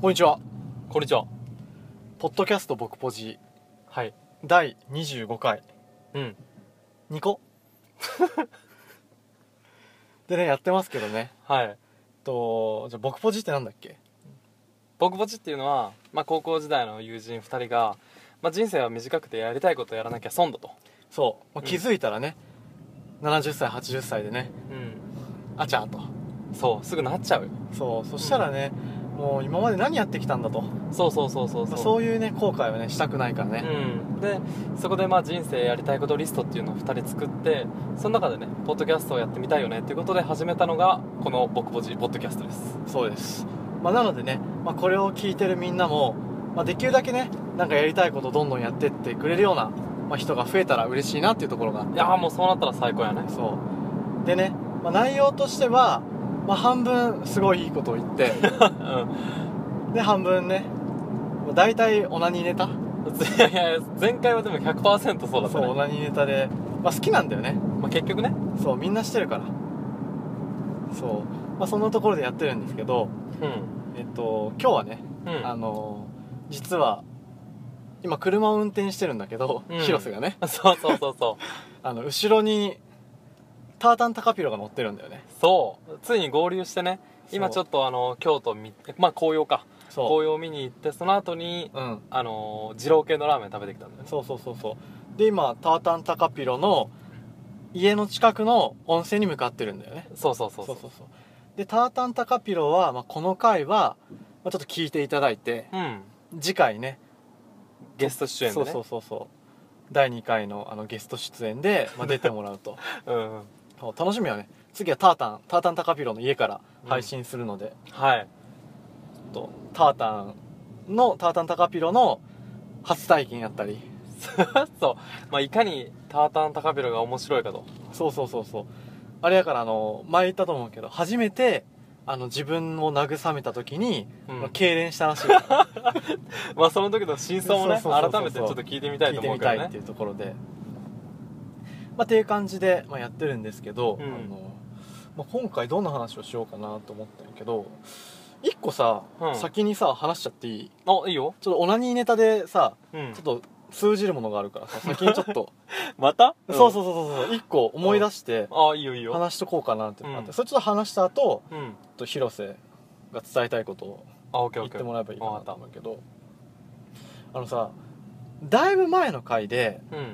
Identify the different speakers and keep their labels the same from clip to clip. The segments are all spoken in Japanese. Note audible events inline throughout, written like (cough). Speaker 1: こんにちは。
Speaker 2: こんにちは。
Speaker 1: ポッドキャスト僕ポジ
Speaker 2: はい。
Speaker 1: 第25回
Speaker 2: うん。
Speaker 1: ニコ (laughs) でねやってますけどね。
Speaker 2: はい。
Speaker 1: とじゃあ僕ポジってなんだっけ？
Speaker 2: 僕ぼちっていうのは、まあ、高校時代の友人2人が、まあ、人生は短くてやりたいことをやらなきゃ損だと。
Speaker 1: そう、まあ
Speaker 2: うん
Speaker 1: 気づいたらね、70歳80歳でね
Speaker 2: うん。
Speaker 1: あちゃーと。
Speaker 2: そう、すぐなっちゃうよ。
Speaker 1: そうそしたらね、もう今まで何やってきたんだと。
Speaker 2: そうそうそうそう
Speaker 1: ま
Speaker 2: そ
Speaker 1: あ
Speaker 2: う。
Speaker 1: そういうね後悔はねしたくないからね。
Speaker 2: うん、でそこでまあ人生やりたいことリストっていうのを2人作ってその中でねポッドキャストをやってみたいよねっていうことで始めたのがこの「僕ぼち」ポッドキャストです
Speaker 1: そうです。まあなのでね、まあこれを聞いてるみんなも。まあ、できるだけねなんかやりたいことどんどんやってってくれるような、まあ、人が増えたら嬉しいなっていうところがあって
Speaker 2: いやーもうそうなったら最高やね
Speaker 1: そうでね、まあ、内容としては、まあ、半分すごいいいことを言って
Speaker 2: (laughs) う
Speaker 1: で半分ねまあ大体オナニーネタ
Speaker 2: んいやいやいや前回はでも100%そうだっ
Speaker 1: そ
Speaker 2: た
Speaker 1: うオ
Speaker 2: ね、
Speaker 1: ナニーネタで、まあ、好きなんだよね
Speaker 2: まあ、結局ね
Speaker 1: そうみんなしてるからそう、まあ、そんなところでやってるんですけど
Speaker 2: うん
Speaker 1: えっと今日はね、
Speaker 2: うん
Speaker 1: あのー実は今車を運転してるんだけど、
Speaker 2: うん
Speaker 1: 広瀬がね
Speaker 2: (laughs) そうそうそうそう
Speaker 1: あの後ろにタータンタカピロが乗ってるんだよね
Speaker 2: そうついに合流してね今ち
Speaker 1: そ
Speaker 2: ょ
Speaker 1: う
Speaker 2: っとあの京都見まあ紅葉か
Speaker 1: そ
Speaker 2: 紅葉見に行ってその後に
Speaker 1: ううん
Speaker 2: あのー二郎系のラーメン食べてきたんだよね
Speaker 1: そうそうそうそうで今タータンタカピロの家の近くの温泉に向かってるんだよね
Speaker 2: そうそうそうそう
Speaker 1: そうでタータンタカピロは、まあ、この回は、まあ、ちょっと聞いていただいて
Speaker 2: うん
Speaker 1: 次回ね
Speaker 2: ゲスト出演で
Speaker 1: そ
Speaker 2: ね
Speaker 1: うそうそうそう第2回のあのゲスト出演で、まあ、出てもらう
Speaker 2: (laughs)
Speaker 1: と
Speaker 2: うんうん
Speaker 1: そう楽しみはね次はタータンタータンタカピロの家から配信するので、
Speaker 2: はい (laughs)
Speaker 1: ちょっとタータンのタータンタカピロの初体験やったり
Speaker 2: そう、まあ、いかにタータンタカピロが面白いかと
Speaker 1: そうそうそうそうあれやからあの前言ったと思うけど初めてあの自分を慰めた時に、
Speaker 2: うん
Speaker 1: まあ痙攣したら
Speaker 2: (laughs)
Speaker 1: しいか
Speaker 2: まあその時の真相もね
Speaker 1: そうそうそうそう
Speaker 2: 改めてちょっと聞いてみた
Speaker 1: ら聞
Speaker 2: いと
Speaker 1: いて
Speaker 2: 思う
Speaker 1: み
Speaker 2: け
Speaker 1: た
Speaker 2: ど
Speaker 1: いっ
Speaker 2: ね
Speaker 1: ていうところでまあっていう感じで、まあ、やってるんですけど、
Speaker 2: うん
Speaker 1: あのまあ、今回どんな話をしようかなと思ったんやけど一個さ、
Speaker 2: うん
Speaker 1: 先にさ話しちゃっていい
Speaker 2: あいいよ、
Speaker 1: ちょっとオナニーネタでさ
Speaker 2: うん
Speaker 1: ちょっ、と通じるものがある
Speaker 2: (laughs)
Speaker 1: からさ先にちょっと、
Speaker 2: また、
Speaker 1: そうそううそうそうそう一個思い出して
Speaker 2: んあいいよいいよ、
Speaker 1: 話しとこうかなっていうのがあって、
Speaker 2: うん
Speaker 1: それちょっと話した後
Speaker 2: うん、
Speaker 1: ちょっと広瀬が伝えたいことを
Speaker 2: あオッケ
Speaker 1: 言
Speaker 2: ーオ
Speaker 1: っ
Speaker 2: ッケ
Speaker 1: て
Speaker 2: ー
Speaker 1: もらえばいいか
Speaker 2: わ
Speaker 1: な
Speaker 2: か
Speaker 1: と
Speaker 2: っ
Speaker 1: 思うけどあのさだいぶ前の回で、
Speaker 2: たうん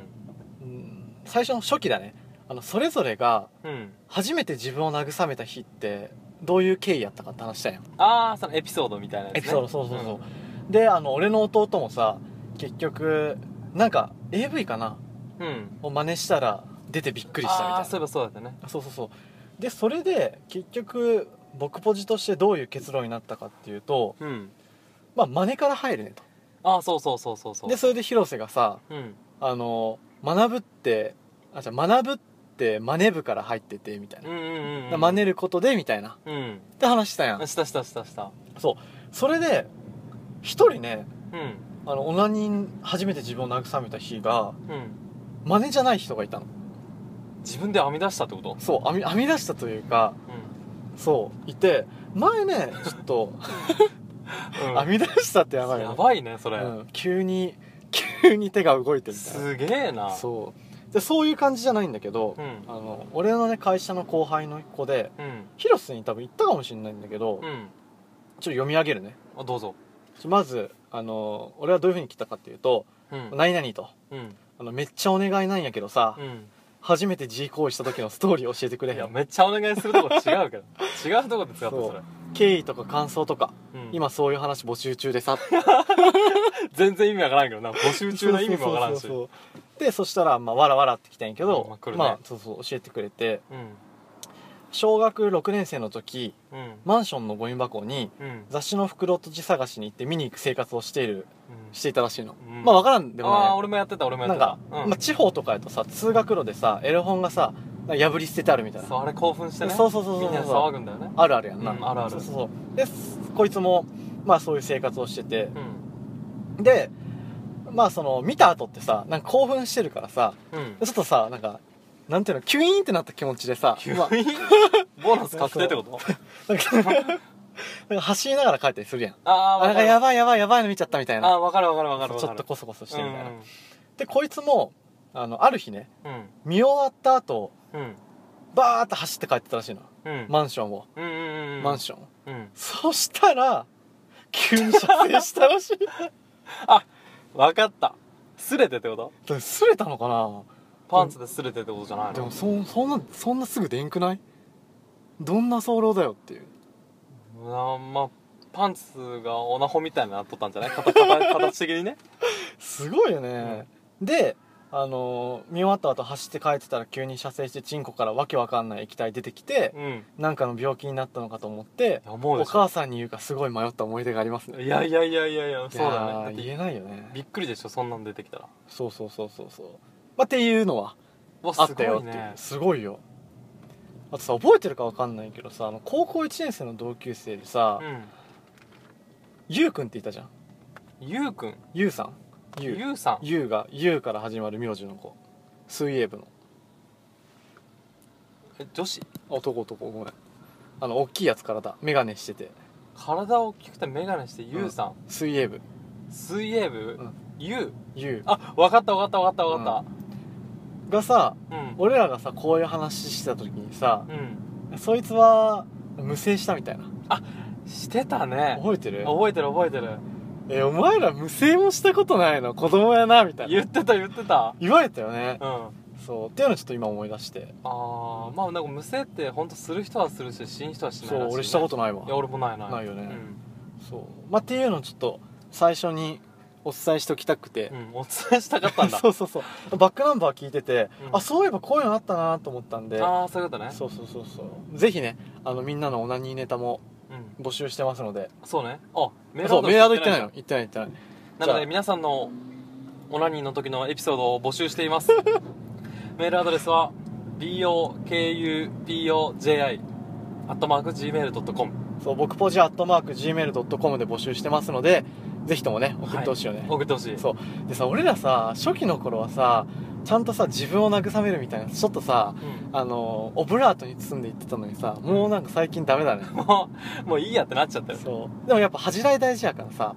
Speaker 1: うん最初の初期だねあのそれぞれが
Speaker 2: うん
Speaker 1: 初めて自分を慰めた日ってどういう経緯やったかって話したんやん
Speaker 2: ああそのエピソードみたいなやつ、ね、
Speaker 1: エピソードそうそうそう、であの俺の弟もさ結局なんか AV かな
Speaker 2: うん、うん、
Speaker 1: を真似したら出てびっくりしたみたい
Speaker 2: あ
Speaker 1: な
Speaker 2: あそういえばそうだったね
Speaker 1: そうそうそうでそれで結局僕ポジとしてどういう結論になったかっていうと
Speaker 2: うん
Speaker 1: まあ真似から入るね
Speaker 2: ああそうそうそうそうそ
Speaker 1: と
Speaker 2: う
Speaker 1: でそれで広瀬がさ
Speaker 2: うん
Speaker 1: あの学ぶってあじゃあ学ぶって真似部から入っててみたいな
Speaker 2: う、んうんうん
Speaker 1: だ真似ることでみたいな
Speaker 2: うん
Speaker 1: って話したやん
Speaker 2: したしたしたした
Speaker 1: それで一人ね
Speaker 2: うん
Speaker 1: あのオナニー初めて自分を慰めた日が
Speaker 2: うん
Speaker 1: 真似じゃない人がいたの
Speaker 2: 自分で編み出したってこと
Speaker 1: そう編み編み出したというかそういて前ねちょっと
Speaker 2: うん、うん、
Speaker 1: 編み出したってやばいよね
Speaker 2: やばいねそれ、
Speaker 1: うん、急に急に手が動いてるみたい
Speaker 2: すげえな
Speaker 1: なそうでそういう感じじゃないんだけど、
Speaker 2: うん
Speaker 1: あの俺のね会社の後輩の子で
Speaker 2: うん
Speaker 1: 広瀬に多分言ったかもしれないんだけど、
Speaker 2: う
Speaker 1: ちょっ
Speaker 2: ん
Speaker 1: と読み上げるね
Speaker 2: あどうぞ
Speaker 1: ちょまずあの俺はどういうふうに来たかっていうと
Speaker 2: うん
Speaker 1: 「何々」と
Speaker 2: うん
Speaker 1: あの「めっちゃお願いなんやけどさ、
Speaker 2: うん
Speaker 1: 初めて G 行為した時のストーリー教えてくれ
Speaker 2: い
Speaker 1: へ
Speaker 2: や
Speaker 1: ん
Speaker 2: めっちゃお願いするとこ違うけど違うとこで使ったそれ
Speaker 1: そ経緯とか感想とか、
Speaker 2: うん
Speaker 1: 今そういう話募集中でさ
Speaker 2: 全然意味わからんけどな募集中の意味もわからんし
Speaker 1: そうそうそうそうでそしたら、まあ、わらわらって来たんやけど、
Speaker 2: うんまあ来るね
Speaker 1: まあそうそう教えてくれて
Speaker 2: うん
Speaker 1: 小学6年生の時
Speaker 2: うん
Speaker 1: マンションのゴミ箱に
Speaker 2: うん
Speaker 1: 雑誌の袋とじ探しに行って見に行く生活をしているしていたらしいの、
Speaker 2: うん
Speaker 1: まあわからんでも
Speaker 2: ああ
Speaker 1: な
Speaker 2: ー俺もやってた俺も
Speaker 1: いな
Speaker 2: やっ
Speaker 1: ん
Speaker 2: て
Speaker 1: か
Speaker 2: た、うん
Speaker 1: まあ、地方とかやとさ通学路でさエロ本がさ破り捨ててあるみたいな
Speaker 2: そうあれ興奮してね
Speaker 1: そうそうそうそう
Speaker 2: みんなで騒ぐんだよね
Speaker 1: あるあるやんな、
Speaker 2: うんあるある
Speaker 1: そうそうそうでこいつもまあそういう生活をしてて
Speaker 2: うん
Speaker 1: でまあその見た後ってさなんか興奮してるからさ
Speaker 2: う
Speaker 1: (laughs)
Speaker 2: ん
Speaker 1: ちょっとさなんかなんていうのキュイーンってなった気持ちでさ
Speaker 2: 急に
Speaker 1: まあ
Speaker 2: ボーナス確定ってこと
Speaker 1: なんか (laughs) なんか走りながら帰ったりするやん。
Speaker 2: あ
Speaker 1: あ、
Speaker 2: あ
Speaker 1: なんかやばいやばいやばいの見ちゃったみたいな。
Speaker 2: あ分かる分かる分かる分
Speaker 1: ち
Speaker 2: か
Speaker 1: ょっ
Speaker 2: る
Speaker 1: とコソコソしてみたいな。
Speaker 2: うん
Speaker 1: で、こいつも、あの、ある日ね、
Speaker 2: うん
Speaker 1: 見終わった後、
Speaker 2: うん
Speaker 1: バーって走って帰ってたらしいの。
Speaker 2: うん
Speaker 1: マンションを。
Speaker 2: うんうんうん
Speaker 1: マンションを。
Speaker 2: うん
Speaker 1: そしたら、急に射精したらしい。
Speaker 2: 分かったすれてってこと
Speaker 1: すれたのかな
Speaker 2: パンツですれてってことじゃない
Speaker 1: でも
Speaker 2: の
Speaker 1: そそんなそんなすぐでんくないどんな早漏だよっていう
Speaker 2: あまあパンツがオナホみたいになっとったんじゃない形形形的にね
Speaker 1: すごいよね、であのー見終わった後走って帰ってたら急に射精してチンコからわけわかんない液体出てきて
Speaker 2: うんい
Speaker 1: なんかの病気になったのかと思って
Speaker 2: や思う
Speaker 1: お
Speaker 2: でしょ
Speaker 1: 母さんに言うかすごい迷った思い出がありますね
Speaker 2: いやいやいやいやいやそうだねだっ
Speaker 1: いやー言
Speaker 2: て
Speaker 1: えないよね
Speaker 2: びっくりでしょそんなん出てきたら
Speaker 1: そうそうそうそうそうまあっていうのは
Speaker 2: わ
Speaker 1: あっ
Speaker 2: す
Speaker 1: た
Speaker 2: ご
Speaker 1: よっ
Speaker 2: い
Speaker 1: ていう
Speaker 2: ね
Speaker 1: すごいよあとさ覚えてるかわかんないけどさあの高校1年生の同級生でさ、
Speaker 2: うん
Speaker 1: ゆうくんっていたじゃん
Speaker 2: ゆうくん
Speaker 1: ゆうさんゆう
Speaker 2: ゆうさん
Speaker 1: ゆうが「ゆう」から始まる名字の子水泳部の
Speaker 2: え女子
Speaker 1: 男男ごめんあの大きいやつからだ眼鏡してて
Speaker 2: 体大きくて眼鏡してゆうさん、
Speaker 1: 水泳部
Speaker 2: 水泳部、
Speaker 1: うん
Speaker 2: ゆう
Speaker 1: ゆ
Speaker 2: あわかったわかったわかったわかっ
Speaker 1: うがさ
Speaker 2: たうん
Speaker 1: 俺らがさこういう話してた時にさ
Speaker 2: うん、
Speaker 1: そいつは無声したみたいな
Speaker 2: してたね
Speaker 1: 覚えてる
Speaker 2: 覚えてる覚えてる
Speaker 1: えお前ら無声もしたことないの子供やなみたい
Speaker 2: 言
Speaker 1: な
Speaker 2: ってた言ってた
Speaker 1: 言われたよね
Speaker 2: うんあ
Speaker 1: そうっていうのをちょっと今思い出して
Speaker 2: あまあなんか無声って本当する人はするししん人はしない
Speaker 1: そう
Speaker 2: らいね
Speaker 1: 俺したことない
Speaker 2: いや
Speaker 1: わ
Speaker 2: 俺もないない
Speaker 1: ないよねそうまあっていうのをちょっと最初にお伝えしておきたくて
Speaker 2: うん、うん、お伝えしたかったん
Speaker 1: (laughs)
Speaker 2: だ
Speaker 1: そうそうそうバックナンバー聞いてて、
Speaker 2: うん
Speaker 1: あそういえばこういうのあったなと思ったんで
Speaker 2: ああそういうことね
Speaker 1: そうそうそうそうぜひねあのみんなのオナニーネタも
Speaker 2: う,、ん、
Speaker 1: 募集してますので
Speaker 2: そうねあメ
Speaker 1: そうメールアド言ってない
Speaker 2: の
Speaker 1: の言ってない言ってない
Speaker 2: なの
Speaker 1: じゃあ
Speaker 2: で皆さんのオナニーの時のエピソードを募集しています
Speaker 1: (laughs)
Speaker 2: メールアドレスは bokupoji アットマーク gmail.com
Speaker 1: そう僕ポジアットマーク Gmail.com で募集してますのでぜひともね送ってほしいよね、
Speaker 2: 送ってほしい
Speaker 1: そうでさ俺らさ初期の頃はさちゃんとさ自分を慰めるみたいなちょっとさ
Speaker 2: うん
Speaker 1: あのオブラートに包んでいってたのにさもうなんか最近ダメ
Speaker 2: (laughs)
Speaker 1: だね
Speaker 2: もうもういいやってなっちゃったよ
Speaker 1: そうでもやっぱ恥じらい大事やからさ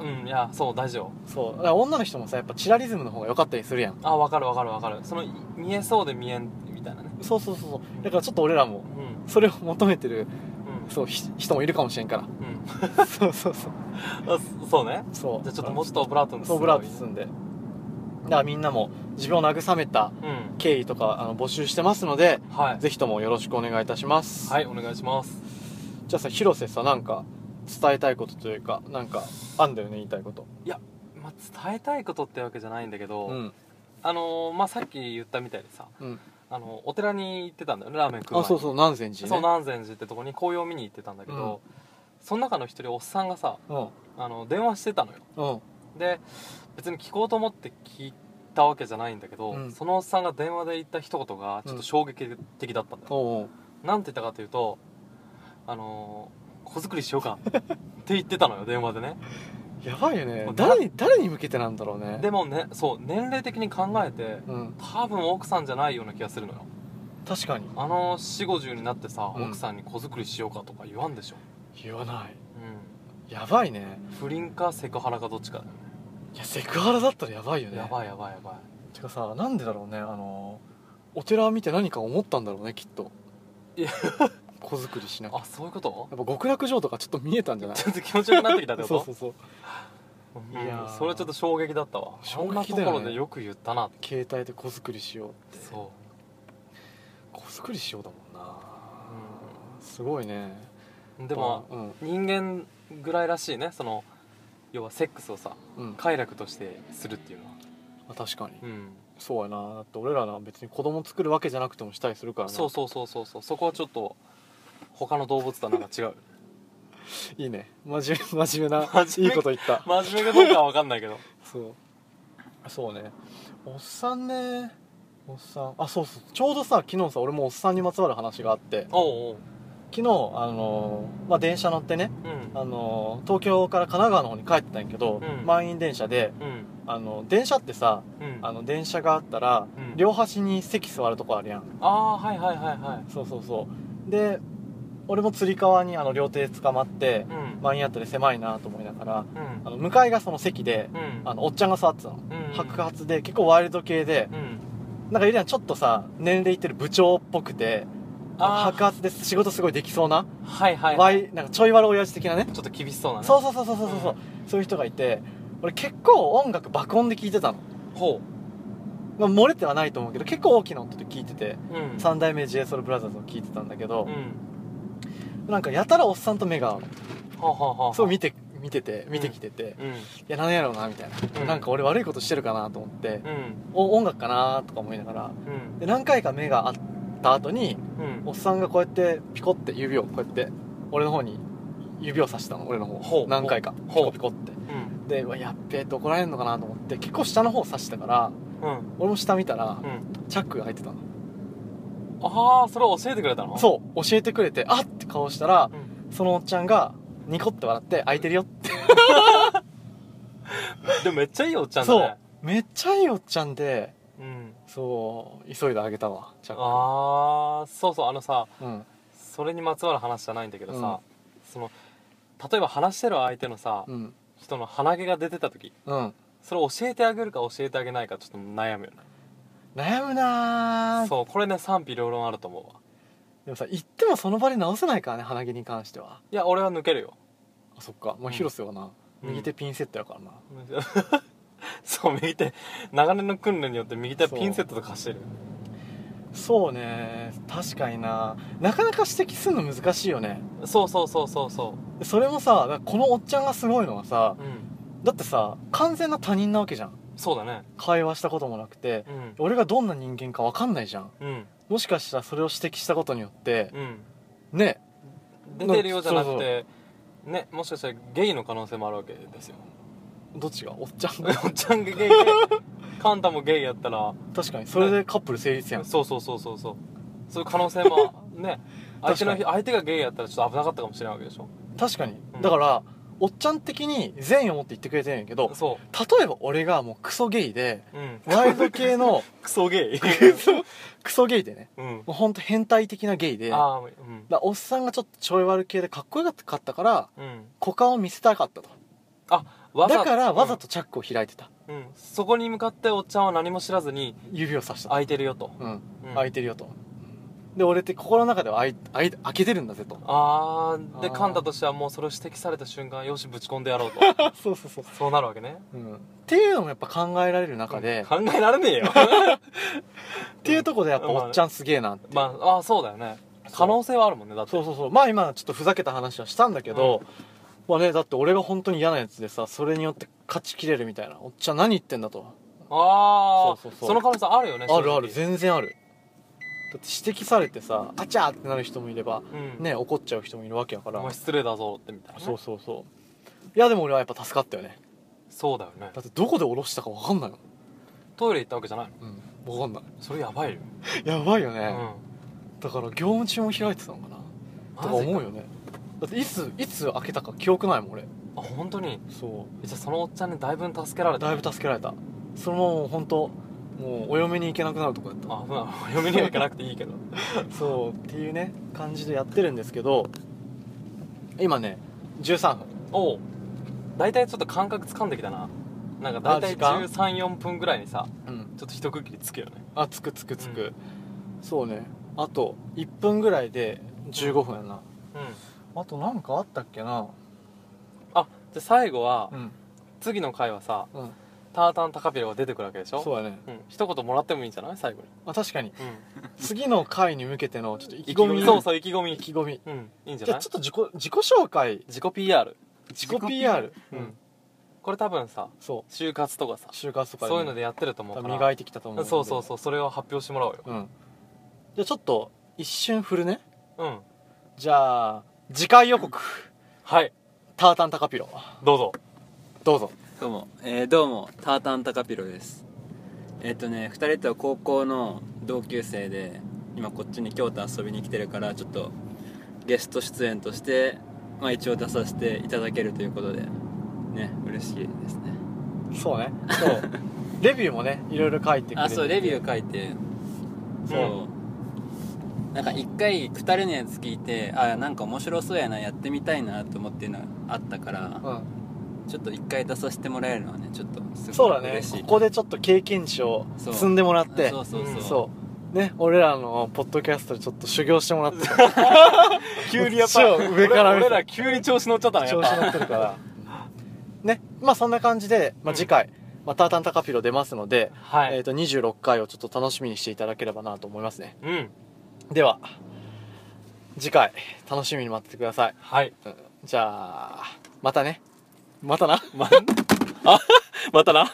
Speaker 2: うんいやそう大事よ
Speaker 1: そうだから女の人もさやっぱチラリズムの方が良かったりするやん
Speaker 2: あ分かる分かる分かるそのい見えそうで見えんみたいなね
Speaker 1: そうそうそうそうだからちょっと俺らも
Speaker 2: うんうん
Speaker 1: それを求めてるそうひ人もいるかもしれんか
Speaker 2: うん (laughs)
Speaker 1: らそうそうそう
Speaker 2: あそそうね
Speaker 1: そう
Speaker 2: じゃあちょっともうちょっとオブラートに
Speaker 1: そうオブラート包んでだからみんなも自分を慰めた
Speaker 2: うん
Speaker 1: 経緯とかあの募集してますので
Speaker 2: はい
Speaker 1: ぜひともよろしくお願いいたします、
Speaker 2: はいお願いします
Speaker 1: じゃあさ広瀬さなんか伝えたいことというかなんかあんだよね言いたいこと
Speaker 2: まあ伝えたいことってわけじゃないんだけど、
Speaker 1: うん
Speaker 2: あのーまあさっき言ったみたいでさ
Speaker 1: うん
Speaker 2: あのお寺に行ってたんだよねラーメン食う前
Speaker 1: あ
Speaker 2: に
Speaker 1: そうそう南禅寺ね
Speaker 2: そう南禅寺ってとこに紅葉を見に行ってたんだけど、その中の一人おっさんがさあの電話してたのよ
Speaker 1: うん
Speaker 2: で別に聞こうと思って聞いたわけじゃないんだけど、
Speaker 1: うん
Speaker 2: そのおっさんが電話で言った一言がちょっと衝撃的だったんだよ、
Speaker 1: おうん
Speaker 2: なんて言ったかというと「あのー子作りしようか」って言ってたのよ電話でね
Speaker 1: やばいよね
Speaker 2: もうだ
Speaker 1: 誰に誰に向けてなんだろうね
Speaker 2: でもねそう年齢的に考えて
Speaker 1: うん
Speaker 2: 多分奥さんじゃないような気がするのよ
Speaker 1: 確かに
Speaker 2: あの4 5 0になってさ、
Speaker 1: うん
Speaker 2: 奥さんに子作りしようかとか言わんでしょ、
Speaker 1: 言わない
Speaker 2: うん、
Speaker 1: やばいね
Speaker 2: 不倫かセクハラかどっちかだよね
Speaker 1: いやセクハラだったらやばいよね
Speaker 2: やばいやばいやばい
Speaker 1: てかさなんでだろうねあのお寺見て何か思ったんだろうねきっと
Speaker 2: いや
Speaker 1: 子作りしなきゃ
Speaker 2: あそういうこと (laughs)
Speaker 1: やっぱ極楽城とかちょっと見えたんじゃない
Speaker 2: ちょっと気持ちよくなってきたってこ
Speaker 1: そ
Speaker 2: と
Speaker 1: うそうそう
Speaker 2: うん
Speaker 1: いやー
Speaker 2: それちょっと衝撃だったわ
Speaker 1: 衝撃だよね
Speaker 2: そんなところでよく言ったなって
Speaker 1: 携帯で子作りしようって
Speaker 2: そ
Speaker 1: 子作りしようだもんな
Speaker 2: う、
Speaker 1: すごいね
Speaker 2: うん、でも
Speaker 1: まあ
Speaker 2: 人間ぐらいらしいねその要はセックスをさ
Speaker 1: うん、うん、ま
Speaker 2: 快楽としてするっていうのは
Speaker 1: あ確かに
Speaker 2: うん
Speaker 1: そうやなだって俺らな別に子供作るわけじゃなくてもしたりするからな
Speaker 2: そうそうそうそうそうそこはちょっと他の動物とはなんか違う (laughs)
Speaker 1: いいね真面目真 (laughs) 面目な
Speaker 2: 真面目
Speaker 1: いいこと言っ
Speaker 2: (laughs)
Speaker 1: た
Speaker 2: 真面目かどうかは分かんないけど
Speaker 1: そうそうねおっさんねおっさんあそうそうちょうどさ昨日さ俺もおっさんにまつわる話があって
Speaker 2: おうおう
Speaker 1: 昨日あのーまあ、電車乗ってね、
Speaker 2: うん
Speaker 1: あのー東京から神奈川の方に帰ってたんやけど、
Speaker 2: うん
Speaker 1: 満員電車で、
Speaker 2: うん
Speaker 1: あの電車ってさ
Speaker 2: うん
Speaker 1: あの電車があったら、
Speaker 2: うん
Speaker 1: 両端に席座るとこあるやん
Speaker 2: ああはいはいはいはい
Speaker 1: そうそうそうで俺もつり革にあの両手捕まって
Speaker 2: う、ん
Speaker 1: マインアットで狭いなと思いながら
Speaker 2: うん
Speaker 1: あの向かいがその席で、
Speaker 2: うん
Speaker 1: あのおっちゃんが座ってたの、
Speaker 2: うん
Speaker 1: 白髪で結構ワイルド系で
Speaker 2: うん
Speaker 1: なんかゆりはちょっとさ年齢いってる部長っぽくて
Speaker 2: あー
Speaker 1: 白髪で仕事すごいできそうな、
Speaker 2: はいはい
Speaker 1: わ
Speaker 2: はい
Speaker 1: い、なんかちょい悪親父的なね
Speaker 2: ちょっと厳しそうなね
Speaker 1: そうそうそうそうそうそう、そういう人がいて俺結構音楽爆音で聴いてたの、
Speaker 2: ほ
Speaker 1: まあ、漏れてはないと思うけど結構大きな音で聴いてて
Speaker 2: ううん
Speaker 1: 三代目 j s o u l b r o t h e r を聴いてたんだけど
Speaker 2: う、ん
Speaker 1: なんかやたらおっさんと目が合う
Speaker 2: はあはあはあ
Speaker 1: そう見て見てて見てきてて、い
Speaker 2: うん
Speaker 1: や何やろうなみたいな、
Speaker 2: うん
Speaker 1: なんか俺悪いことしてるかなと思って、
Speaker 2: うん
Speaker 1: お音楽かなとか思いながら
Speaker 2: うん
Speaker 1: で何回か目が合った後に
Speaker 2: うん
Speaker 1: おっさんがこうやってピコって指をこうやって俺の方に指を指したの俺の
Speaker 2: ほ
Speaker 1: 方
Speaker 2: う
Speaker 1: 何回かピ
Speaker 2: ほ
Speaker 1: コ
Speaker 2: う
Speaker 1: ピコって
Speaker 2: うん
Speaker 1: でうわやっべえって怒られるのかなと思って結構下の方指したから
Speaker 2: うん
Speaker 1: 俺も下見たら
Speaker 2: うん
Speaker 1: チャックが入ってたの
Speaker 2: ああそれを教えてくれたの
Speaker 1: そう教えてくれてあっって顔したら
Speaker 2: うん
Speaker 1: そのおっちゃんがニコって笑って開いてるよって
Speaker 2: でもめっちゃいいおっちゃんだ
Speaker 1: そ
Speaker 2: ね
Speaker 1: うめっちゃいいおっちゃんで
Speaker 2: うん
Speaker 1: そう急いであげたわチャッ
Speaker 2: ああそうそうあのさ
Speaker 1: クうん
Speaker 2: それにまつわる話じゃないんだけどさその例えば話してる相手のさ
Speaker 1: うん
Speaker 2: 人の鼻毛が出てた時
Speaker 1: うん
Speaker 2: それを教えてあげるか教えてあげないかちょっと悩むよね
Speaker 1: 悩むなー
Speaker 2: そうこれね賛否両論あると思うわ
Speaker 1: でもさ行ってもその場で直せないからね鼻毛に関してはい
Speaker 2: や俺は抜けるよ (laughs)
Speaker 1: あそっかもう広瀬はな、
Speaker 2: うん
Speaker 1: 右手ピンセットやからな、
Speaker 2: そう右手長年の訓練によって右手はピンセットとかしてる
Speaker 1: そうね確かにななかなか指摘するの難しいよね
Speaker 2: そうそうそうそうそ
Speaker 1: それもさなんかこのおっちゃんがすごいのはさ
Speaker 2: ううん
Speaker 1: だってさ完全な他人なわけじゃん
Speaker 2: そうだね
Speaker 1: 会話したこともなくて
Speaker 2: うん
Speaker 1: 俺がどんな人間か分かんないじゃん
Speaker 2: うん
Speaker 1: もしかしたらそれを指摘したことによって
Speaker 2: うん
Speaker 1: ね
Speaker 2: 出てるようじゃなくてねもしかしたらゲイの可能性もあるわけですよ
Speaker 1: どっちがおっちゃん
Speaker 2: おっちゃんが
Speaker 1: (laughs)
Speaker 2: ゲイでカンタもゲイやったら
Speaker 1: 確かにそれでカップル成立やん
Speaker 2: そうそうそうそうそうそういう可能性もね相手の
Speaker 1: 確
Speaker 2: 相手がゲイやったらちょっと危なかったかもしれないわけでしょ
Speaker 1: 確かに
Speaker 2: うん
Speaker 1: だからおっちゃん的に善意を持って言ってくれてるんやけど
Speaker 2: そ
Speaker 1: 例えば俺がもうクソゲイで
Speaker 2: ううん
Speaker 1: ワイルド系の
Speaker 2: クソゲイ
Speaker 1: クソゲイでね
Speaker 2: うん
Speaker 1: もうほんと変態的なゲイでだか
Speaker 2: ああうん
Speaker 1: らおっさんがちょっとちょい悪系でかっこよかったから
Speaker 2: うん
Speaker 1: 股間を見せたかったと
Speaker 2: わざ
Speaker 1: だからわざとチャックを開いてた、
Speaker 2: うんうんそこに向かっておっちゃんは何も知らずに
Speaker 1: 指をさした
Speaker 2: 空いてるよと
Speaker 1: うん
Speaker 2: うん
Speaker 1: 開いてるよとで俺って心の中では開い開い開けてるんだぜと
Speaker 2: あーで
Speaker 1: あー
Speaker 2: カンタとしてはもうそれを指摘された瞬間よしぶち込んで
Speaker 1: (laughs)
Speaker 2: やろうと
Speaker 1: (laughs) そうそうそう、
Speaker 2: そうなるわけね
Speaker 1: うん、っていうのもやっぱ考えられる中で、
Speaker 2: 考えられね
Speaker 1: (laughs)
Speaker 2: えよ
Speaker 1: っていうとこでやっぱ
Speaker 2: うん
Speaker 1: おっちゃんすげえなって、
Speaker 2: まああーそうだよね
Speaker 1: そう
Speaker 2: 可能性はあるもんねだって
Speaker 1: そうそうそうまあ今ちょっとふざけた話はしたんだけど、まあねだって俺が本当に嫌なやつでさそれによって勝ちきれるみたいなおっちゃん何言ってんだと
Speaker 2: ああ
Speaker 1: そうそうそう
Speaker 2: その可能性あるよね
Speaker 1: あるある
Speaker 2: 正
Speaker 1: 全然あるだって指摘されてさあちゃーってなる人もいれば
Speaker 2: 直うん
Speaker 1: ね怒っちゃう人もいるわけやから
Speaker 2: お前失礼だぞってみたいなね
Speaker 1: そうそうそういやでも俺はやっぱ助かったよね
Speaker 2: そうだよね
Speaker 1: だってどこで降ろしたか分かんないの
Speaker 2: トイレ行ったわけじゃないの
Speaker 1: うん分かんない
Speaker 2: それやばいよ
Speaker 1: やばいよ
Speaker 2: う
Speaker 1: ね、
Speaker 2: ん
Speaker 1: だから業務中も開いてたのかなとか思うよねだっていついつ開けたか記憶ないもん俺
Speaker 2: あ本当に
Speaker 1: そ
Speaker 2: じゃあそのおっちゃんにだいぶ助けら
Speaker 1: う
Speaker 2: れた
Speaker 1: だいぶ助けられたそのままもう本当もうお嫁に行けなくなるとこやった
Speaker 2: あまあお嫁には行かなくてい (laughs) いけど
Speaker 1: そうっていうね感じでやってるんですけど今ね13分
Speaker 2: おう大体ちょっと感覚掴んできたななんか大
Speaker 1: あ
Speaker 2: 体
Speaker 1: 時間
Speaker 2: 134分ぐらいにさ
Speaker 1: うん
Speaker 2: ちょっと一区切りつくよね
Speaker 1: あつくつくつく、
Speaker 2: う
Speaker 1: そうねあと1分ぐらいで15分やな、
Speaker 2: うん
Speaker 1: あとなんかあったっけな
Speaker 2: あじゃあ最後は、
Speaker 1: うん
Speaker 2: 次の回はさ
Speaker 1: うん
Speaker 2: タータンタカピロが出てくるわけでしょ
Speaker 1: そうやね、
Speaker 2: う、ん、一言もらってもいいんじゃない最後に、
Speaker 1: まあ、確かに
Speaker 2: うん、
Speaker 1: 次の回に向けてのちょっと意気
Speaker 2: 意気
Speaker 1: 込
Speaker 2: 込
Speaker 1: み
Speaker 2: みそうそう意気込
Speaker 1: 意
Speaker 2: み
Speaker 1: 気込み
Speaker 2: うんいいんじゃ
Speaker 1: じゃ
Speaker 2: な
Speaker 1: あ
Speaker 2: い
Speaker 1: ちょっと自己自己紹介
Speaker 2: 自己 PR、
Speaker 1: 自己 PR
Speaker 2: う
Speaker 1: うんん、
Speaker 2: これ多分さ
Speaker 1: そう
Speaker 2: 就活とかさ
Speaker 1: 就活とか
Speaker 2: そういうのでやってると思
Speaker 1: 多
Speaker 2: うか
Speaker 1: 分
Speaker 2: ら
Speaker 1: 磨いてきたと思うんで
Speaker 2: そうそうそうそれを発表してもらおうよ
Speaker 1: ううんじゃあちょっと一瞬振るね
Speaker 2: うん
Speaker 1: じゃあ次回予告
Speaker 2: はい
Speaker 1: タータンタカピロ
Speaker 2: どうぞ
Speaker 1: どうぞ
Speaker 3: どうも、えーどうもタータンタカピロですえっ、とね2人とは高校の同級生で今こっちに京都遊びに来てるからちょっとゲスト出演として、まあ、一応出させていただけるということでね嬉しいですね
Speaker 1: そうねそうレビューもねいろいろ書いてくれて
Speaker 3: あそうレビュー書いてそう、なんか一回2人のやつ聞いてあなんか面白そうやなやってみたいなと思ってるのがあったから
Speaker 1: うん、
Speaker 3: ちょっと一回出させてもらえるのはねちょっとす
Speaker 1: そう
Speaker 3: ご
Speaker 1: だ
Speaker 3: い
Speaker 1: ね
Speaker 3: 嬉しい
Speaker 1: ここでちょっと経験値を
Speaker 3: そう
Speaker 1: 積んでもらって
Speaker 3: そうそうそう,、
Speaker 2: うん
Speaker 1: そうね俺らのポッドキャストでちょっと修行してもらって
Speaker 2: (laughs) 急にやっぱ
Speaker 1: こっちを上から見
Speaker 2: 俺
Speaker 1: て
Speaker 2: 俺ら急に調子乗っちゃったねや
Speaker 1: 調
Speaker 2: っ
Speaker 1: 子乗
Speaker 2: ぱ
Speaker 1: ってるからねまあそんな感じで、まあ、次回、まあ、タータンタカピロ出ますので、
Speaker 2: (laughs) はい、
Speaker 1: えー、と26回をちょっと楽しみにしていただければなと思いますね
Speaker 2: うん
Speaker 1: では次回楽しみに待っててください
Speaker 2: はい
Speaker 1: うんじゃあまたねまたな
Speaker 2: まあまたな